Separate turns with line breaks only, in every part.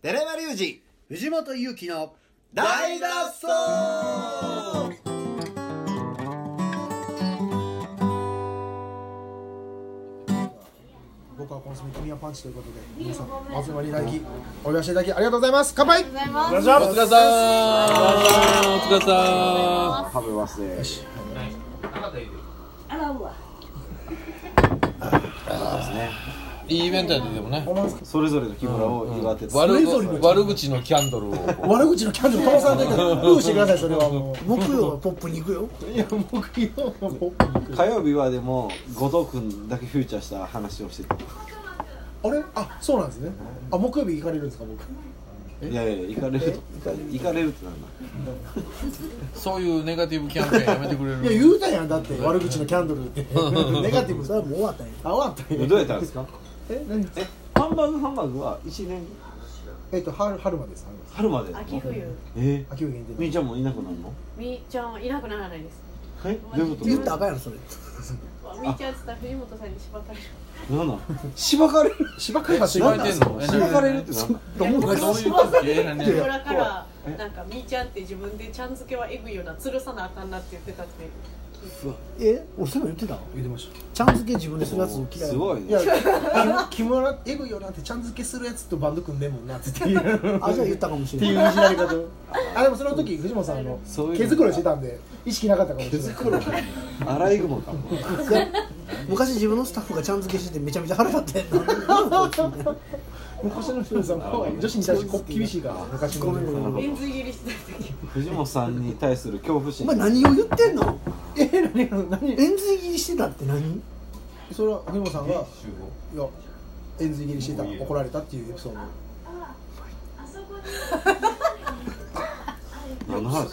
寺山隆二
藤本勇樹の
大脱走
僕はコンソメ君はパンチということで皆さんお集まりいただきおいらっしゃいただきありがとうございます乾杯
お疲れさーんお疲れさ
食べ忘
ー
れ
んいいイベントやねでもね
それぞれの木村を祝ってつつ
悪ぐ悪口のキャンドルをこ
悪口のキャンドル倒されてるからルーしてくださいそれはもう木曜はポップに行くよいや木曜はポップに行
火曜日はでも後藤君だけフューチャーした話をして
くあれあそうなんですねあ木曜日行かれるんですか僕
たいやいや行かれると行かれるってなんだ
うそういうネガティブキャンペーンやめてくれ
いや
る
言うたやんだって悪口のキャンドルって ネガティブそれはもう終わったんやあ終わったんや
どうやったんですか
え何
えハンバーグハンバーグは1年
えっと春春までです春まで
春まで
秋冬
え
秋冬限定
みーちゃんもいなくなるの
みーちゃんはいなくならないです
えどういうこと
言ったらあ
かんやろそれ
わみーちゃんっつったら藤本さんに縛ったり
なんなんしばかれる
芝刈りが
しばいてんのえ
しばかれる ってなんだ
どういうことえ何
僕らからなんかみーちゃんって自分でちゃん付けはえぐいよな吊るさなあかんなって言ってた って
え俺それも言ってた
言ってました
ちゃん付け自分でするやつ嫌い
すごい
い
ね
や木木村エグいよなってちゃん付けするやつとバンド組んでんもんなっていう
あじゃあ言ったかもし
って
れ
い
な
う
い
いじられ方 あでもその時藤本さんあの
そういうの
毛づくろいしてたんで意識なかったかもしれない
アライグマかも
いや昔自分のスタッフがちゃん付けしててめちゃめちゃ腹立ってんの
昔の藤本さん怖い女子に対してこ厳しいから昔の
ごめんごめ んごめん
レンズ切りしてた時
藤本さんに対する恐怖
お
心
前何を言ってんの
え何何何
円髄切りしてたって何
それは藤本さんがいや円髄切りしてた怒られたっていうエピソード
何の話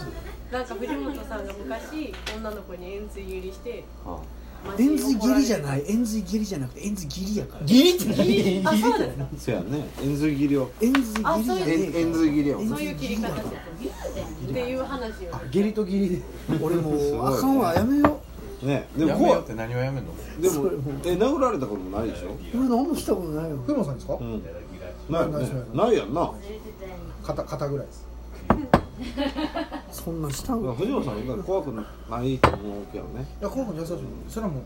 なんか藤本さんが昔女の子に円髄切りして
あ
円髄切りじゃ
い
ない円髄切りじゃなくて円�髄切りやから
ギリって何
あそうなんですか
そやね円髄切りを
円髄切りじゃねえから
円髄切りを
そう いう切り方してっていう話を
あギリとギリで
俺
すご
も
いう
あかんわやめよ
ねでも
やめよ
怖
う
い
って何をやめんの
でもえ殴られたこともないでしょ
う俺何もしたことないよ
藤本さんですか
うんないよ
ない
ね
ですないです
ないやんな
肩肩ぐらいです
そんなんしたん
藤本さんが怖くないと思うけどね
いやこの子に優しいそれはもう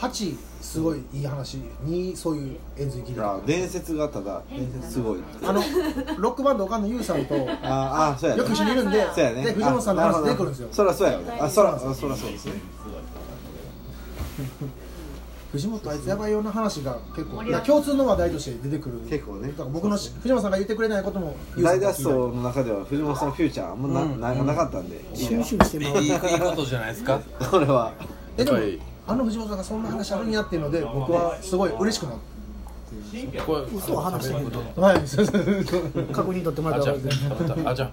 8すごいいい話にそういう円髄切り
いや
とか
伝説がただすごいって
あのロックバンド岡野優さ んとよ
ああそうやね
く一緒にいるんで
そうやね
で藤本さんの
あな
話
ほど
出てくるんですよ
そらそうやよねあそらあそらそうですね
藤本あいつやばいような話が結構
盛
い
り上が
や
る
共通の話題として出てくる
結構ね
だから僕のし藤本さんが言ってくれないことも優さ
大
んが聞
脱
い
走
た
の中では藤本さんフューチャーあんまな,、ななかったんでいい
シュ
よ
ンシュンしてまう
いいいいことじゃないですか
これは
えでも
はい
あの藤本さんがそんな話あるんやっていうので僕はすごい嬉しくなっ
これ
嘘を話してくると
たはいそうそうそう
確認取ってもら
あ
った
じゃ
ら分かるけど
ああじゃ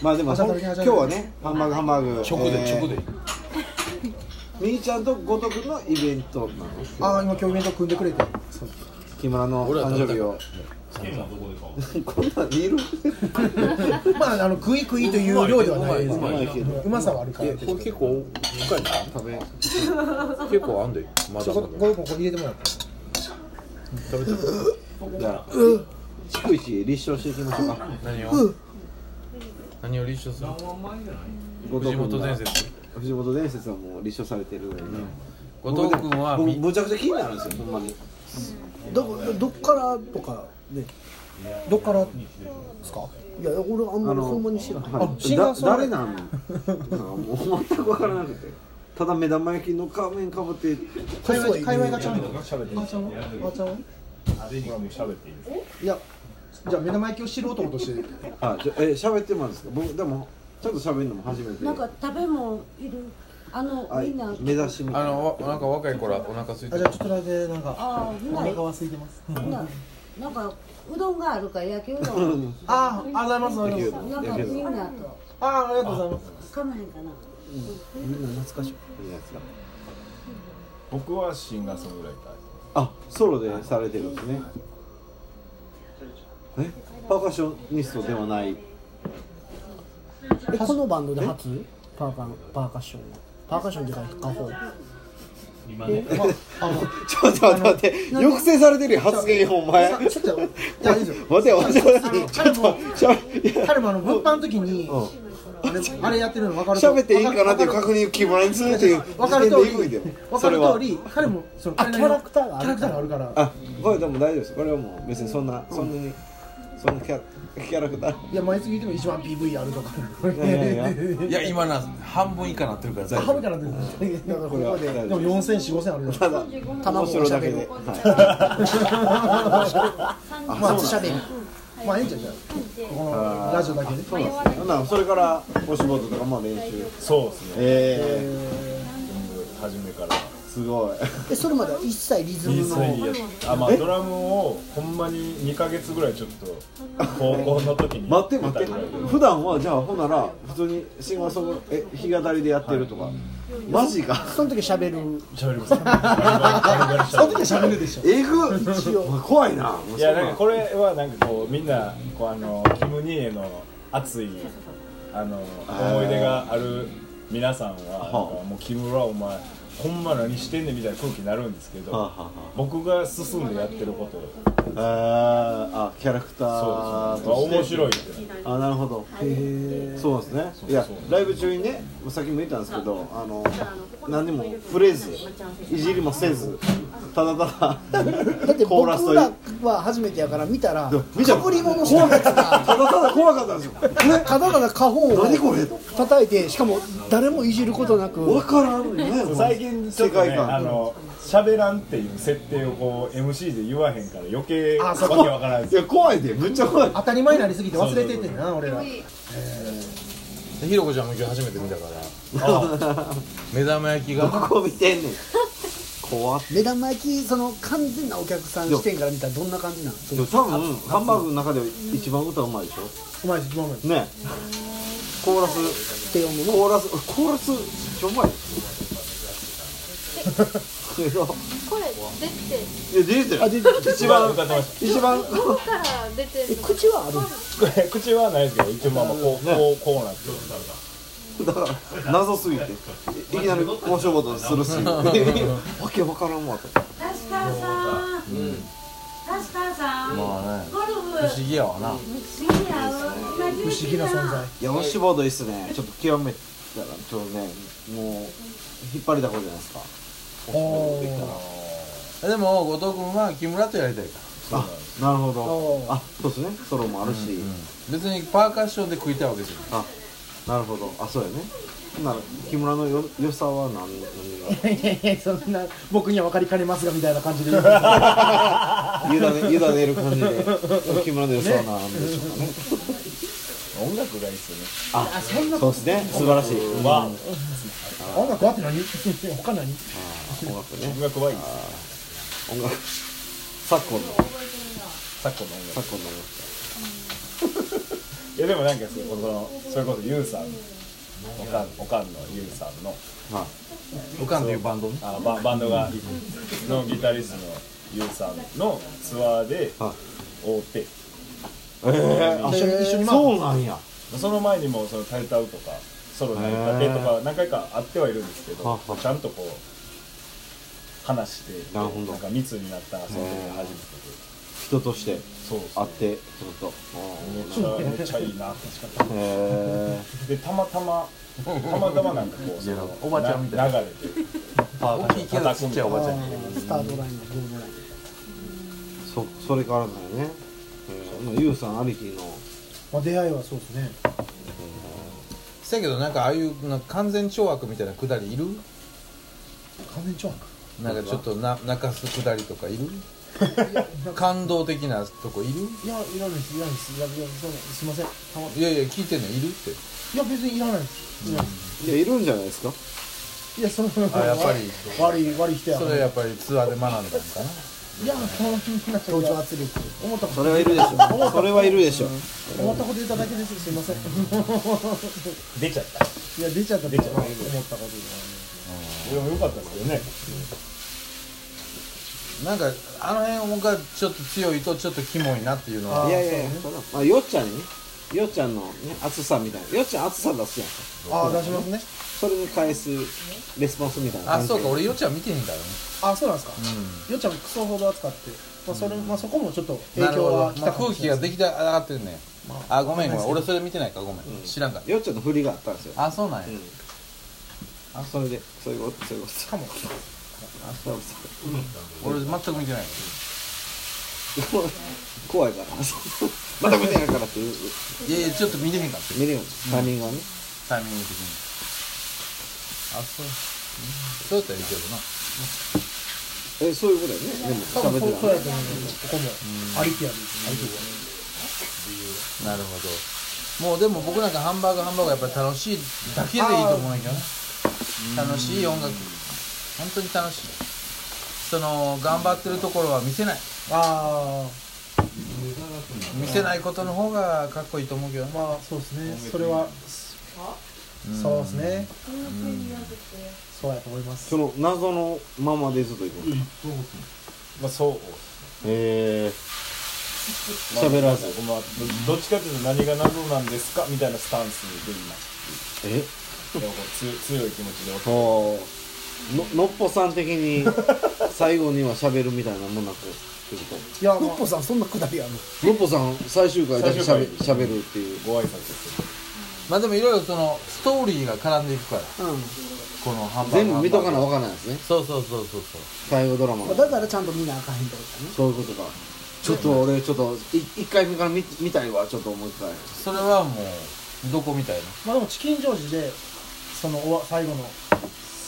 まあでも
朝
今
食べて
日はねハンバーグハンバーグ
直で直で
みーちゃんと後藤君のイベントなの
ああ今今日イベント組んでくれてそう
木村の
俺は
誕生日を こんなんリール
まああの食い食いという量ではないです
うまいけ
けどうまさはあるから
えこれ結構深いな
食べ
結構あんでまだ
ちょ
ま
こ
だ
ここここ入れてもらって
じゃあ逐一立証していきましょうか
何を何を立証する
後藤
藤
君
本
が
伝説
藤本伝説はもう立証されてるので、ね
後藤君は
僕
み
むちゃくちゃ気になるんですよほんまに
どこどっからとかね
どっからですか
いや俺あんまりほんまに知らない
はい
あシンガー
だ
ソング
誰なのなんかもう全く分からなくてただ目玉焼きの仮面かぶって
界隈界隈がちゃんと喋ってる。あちゃんはあちゃんは。いや、じゃあ目玉焼きを知る男として。
あじゃえ喋ってもらうんですか僕でもちょっと喋るのも初めて
なんか食べ物いるあの
あ
みんな
目指しみた
あ
いな
のわなんか若い子らお腹
あ
空いて
じゃあちょっとだけなんか
ああみん
お
な
腹は空いてます。
みんななんかうどんがあるから焼きうどん
ああありがとうございます。ありがとうございます
なんかみんなと
あありがとうございます。
かまへんかな
じゃないですか
僕はシンガーソングライター
あソロでされてるんですねえパーカッショニストではない
えこのバンドで初パーカンパーカッションはパーカッションっていうかカホン
今ね
まああの
ちょっと待って待って抑制されてるよ発言お前
さちょっといやいいですよ
待てよ待てよ
あの彼も
しゃべ
彼もあの物販の時に
うん
あれあれやってるの分かると
喋っていいかなっていう確認を気分にするっていう
分かる
時
通
点でエグい
り
で
分か
それ
る
は
通り彼もその
あキャラクターがあ
キャ
る
ラクターがあるから
あこれでも大丈夫ですこれはもう別にそんなそんなにそんなキャキャラクター
いや毎月言っても一番 PV あるとか
いやいやい
いや今な半分以下なってるから
あ
大丈
る
夫
からねだからこ
これは
こででも4000、5000あるじゃ
た
ん
だ面
卵
白
を
い
しゃ
だ
べ
け
る
で、
松しゃべる
まあええんちゃうじゃんこのラジオだけで
そうなんですねなんかそれからお仕事とかまあ練習
そうですね
え
初めから
えすごい
でそれまでは一切リズ
いい
ム
ス
の
イやったあまあドラムをほんまに2ヶ月ぐらいちょっと高校の時に
待って待って普段はじゃあほんなら普通にシンガーソングえ弾き語りでやってるとか、マジか
その時しゃべる
喋ります
その時は喋るでしょ
えぐ怖いなもう
いや
そ
なんかこれはなんかこうみんなこうあのキム・ニエの熱いあの思い出がある皆さんはなんかもうキムラお前ほんま何してんねんみたいな空気になるんですけ
はあは
ど僕が進んでやってること
あはああーあキャラクタ
そう
ー
ですね面
い
白いって
あなるほどへえそうですねいやライブ中にねさっきも言ったんですけどあの何にも触れずいじりもせずただただ
だって
コー
僕
ラスという
らは初めてやから見たら
でも見た
かぶり物してるやつ
た
が
だただ怖かったんですよえ
ただただ花本
何こ
を
れ
叩いてしかも誰もいじることな
分
く
からんねこの
最近ちょっと
世界
ね
観
あの喋らんっていう設定をこう MC で言わへんから余計わ
あ
け
そこ
わからんです
いや怖いでむっちゃ怖い
当たり前になりすぎて忘れてってんな俺ら
ひろこちゃんも今日初めて見たから 目玉焼き
ど
が
こ見てんねん怖っ
目玉焼きその完全なお客さん視点から見たらどんな感じなんそ
でも
の
多分ハンバーグの中で一番歌うまいでし
うまいし一番うまい
ょねコーラス
って思うの
コーラスコーラスめっちゃうまいですよ
これ出て
いや出てる
あでで
一番歌ってまし
一番
どこから出て
え
るの
口はある
たこれ口はないですけど一応まあまあこうこうこうなってる
だから謎すぎていいきなり面白いことする しわけわからんわと
ラスカーさんラスカーさん
まあね
ゴルフ
不思議やわな
不思議やわ
不思議な存在
いやおしぼどいっすねちょっと極めたらちょっとねもう引っ張りだこじゃないですか
お
でも後藤君は木村とやりたいから
あなるほど
おー
あそうですねソロもあるし、
別にパーカッションで食いたいわけじゃ
あなるほどあそうやねほんなら木村のよ良さは何何
いやいやいやそんな僕には分かりかねますがみたいな感じで言うんですよ
が委ね委ねる感じで木村の良さは何でしょうかね
音楽がいいっすよね
あそうですね素晴らしい
わあ
音楽はって何他何
音楽ね
音楽はいいっす
音楽昨今の
昨今の音楽
昨今の
いやでもなんかそのそのそれこそユウさんおかんおかんのユウさんの
まあ
んうかんというバンドね
あババンドがのギタリストのユウさんのツアーで
は
追って
ええ
一緒に一緒に回
そうなんや
その前にもそのタイタウとかソロの歌手とか何回か会ってはいるんですけ
は
ど
は
ちゃんとこう話して
なるほど
んか密になったらその時が初めてで
人として
そうそ
会
う
ってちょっと
めっちゃめっちゃいいなってしかった
へえ
でたまたまたまたまなんかこうその
おばちゃんみたい
な流れでパー
大
カ
き
ッ
い
シ
け
ョン
ど
叩く
ちっ
み
ちゃい
たい
お
な
ばちゃん
スタートラインのゴールライン
そそれからだよねえーゆうさんありきの
まあ出会いはそうですね
せやけどなんかああいうなんか完全懲悪みたいなくだりいる
完全超悪
なんかちょっとな泣かすくだりとかいる感動的なとこいる
いやいらないですいらないですいやいやそうなんですすいませんたま
いやいや聞いてんのいるって
いや別にいらないですいらないです
いやいるんじゃないですか
いやその
あやっぱり
悪い悪い人や
それやっぱりツアーで学んだんかない
やその気になっちゃう
同調圧力
思ったこと
それはいるでしょそれはいるでしょ
思ったこと言っただけですすいませんい
出ちゃった
や出ちゃった出ちゃった思ったこと
でも良かったですけどね
なんかあの辺がちょっと強いとちょっとキモいなっていうの
あ
は
やいやいやそんなまあよっちゃんにねよっちゃんのね熱さみたいなよっちゃん熱さ出すやん
ああ出しますね
それに返すレスポンスみたいな
あ
感じ
そうか俺よちゃん見てへんからね
あそうなんですか、よっちゃんもクソほど扱って、まあそれまあ、そこもちょっと影
なる
響
ほど
は、来
まあ、
たかも
空
し
気
れな
が
いで
できて上がってるねあごめんごめん俺それ見てないからごめん知らんかっ
よっちゃんの振りがあったんですよ
たあそうなんや
うんあそれでそういうことそういうこと
すかも
あそうそ
俺全く見てないう
怖いから まだ見てないからっていう
いやいやちょっと見れへんかった
見るよタイミングはね
タイミング的にあそうそうやったらいいけどな
えそういうことや
多分
ねでも喋
そう
っ
そ
てた
う
ら
やと思うんですここもありきやでありきや
なるほどもうでも僕なんかハンバーグハンバーグやっぱり楽しいだけでいいと思うんやけどね楽しい音楽本当に楽しいその頑張ってるところは見せない
あ
見せないことの方がかっこいいと思うけどね
あまあそうですねそれはそうですねそうやと思います
その謎のままでずっと行くの
まあそう
へえ
まあ
喋らず
まあどどっちかっていうと何が謎なんですかみたいなスタンスで今
え
でもこうつ強い気持ちでお
ほうののっぽさん的に最後には喋るみたいなもんなくってこ
いや、
ふ
ま
っぽさんそんなくだりあるの
とのっぽさん最終回だけしゃべ
最終
しゃべるっていう
ご挨拶して
まあでもいろいろそのストーリーが絡んでいくからこのハンバーグ
全部見とかな
ハンバーグ
わからないですね
そうそうそうそうそう
最後ドラマ
まあ
の
だからちゃんと見なあかんへんってことだね
そういうことかちょっと俺ちょっとい一回目から見見たいわちょっともう一回
それはもうどこみたいな
あでもチキンジョージでそのおわ最後の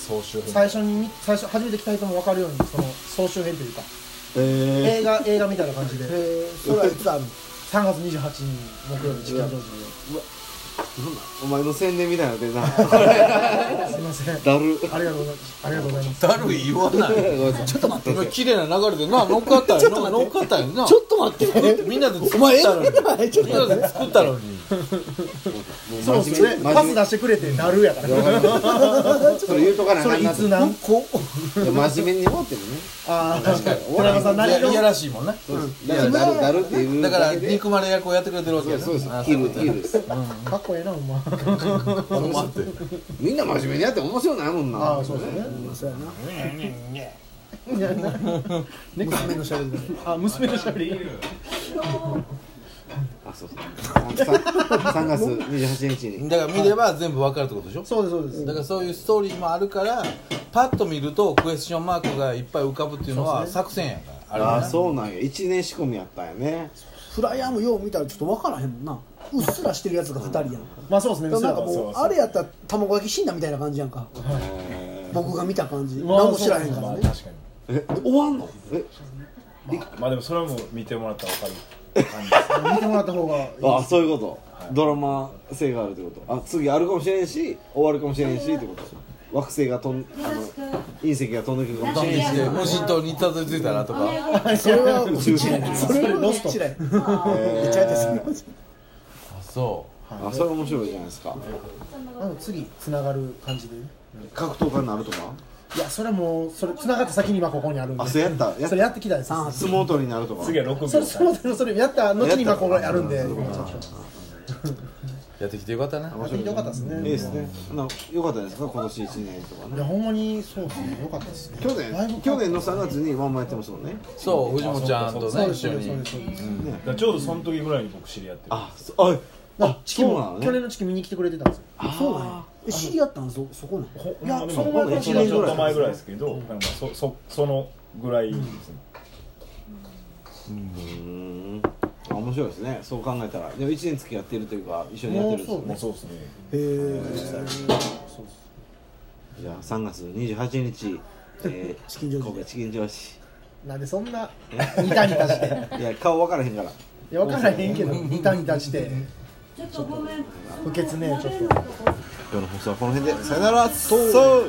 総集編
最初にみ最初初めて来た人も分かるようにその総集編というか
え
映画映画みたいな感じで3
へえそれはいつあるの
月28日に木曜日チキンジョージ
お前の宣伝みたいなの出な
ですいません
だる
ありがとうございますありがとうございます
だるい言わない
ちょっと待
今綺麗な流れでな乗っかったよな乗っかったよな
ちょっと待って
みんなで作
お前
っ
え
たのに
えちょっ
み
と
んなで作ったのに
そうですねパス出してくれてなるやから
それ言うとかなあ
そ
か
れ
ん
い
な
つ何個
いや真面目に思ってもね
ああ確かに田中さん何
いや
色
らしいもんな
だからだるだるっていう
だから
けで
憎まれ役をやってくれてるわけや
そう
な
そうです
あ
ヒール
そう
ヒ
いう
ールです
かっこええなお前
ことや待って
みんな真面目にやって面白いないもんな
ああそうですね
そうやな
娘のしゃべりあ娘のしゃべり
あそうそうさん3月28日に
だから見れば全部わかるってことでしょ
そうですそうです
だからそういうストーリーもあるからパッと見るとクエスチョンマークがいっぱい浮かぶっていうのは作戦やからあれは
あ
な
そうなんや1年仕込みやったんやね
フライヤーもよう見たらちょっと分からへんもんなうっすらしてるやつが2人やんだか
まあそうですね
らなんか
そう
も
そう
う
そう
あれやったら卵焼き死んだみたいな感じやんか僕が見た感じ
うわ
何も知らへんか
ま
ら
あ
ね
確かに
え終わんのえ
まあでもそれはもう見てもらったら分かる
見てもらった方がいい
あそういうことドラマ性があるってことあ次あるかもしれんし終わるかもしれんしってこと惑星が飛んあの隕石が飛んでくるかもしれんし
で無人島にたどり着いたらとか
それ はうちらやそれは
ロ
ロ
ス
ス
ト
トちらや
えー
めっちゃやった
あそ
あそれ面白いじゃないですか
なんか次つながる感じで
格闘家になるとか
いやそれはもうそれつながった先に今ここにあるんで
あそうやったや
それやってきたやつです
相撲取りになるとか
次は6秒
それそ
間
のそれやった後に今ここにあるんで
うやってきてよかったな
面
やってみ
白い
てよかったですね
いいですねあのよかったですか今年1年とか
いや
ね
ほんまにそうですねよかったですね
去
だいぶ
年去年の3月にワンマンやってますもんね
そう藤本ちゃんと
そう
ね
で
一
す
緒
そうですそう
に
ですそうです
だからちょうどその時ぐらいに僕知り合ってる
あそああ
チキ
そう
も
なの
去
ね
年のチキ見に来てくれてたんですよ
そうなんやえ知り合ったんそそこなん
ほ
いや
まあで
そ
も
の前ぐらい
ちょっと前ぐらいですけど、なんかそそそのぐらいですね、
うんあ面白いですねそう考えたらでも1年付き合ってるというか一緒にやってるんですよ
ま
ね
あそうですね
へえ
じゃあ3月28日、 えー、
チキンジョージ
神戸チキンジョージ
なんでそんなニタニタして
いや顔分からへんから
いや分からへんけどニタニタして
ちょっとごめん。
不潔ねちょっと
今日の放送はこの辺でさよならそう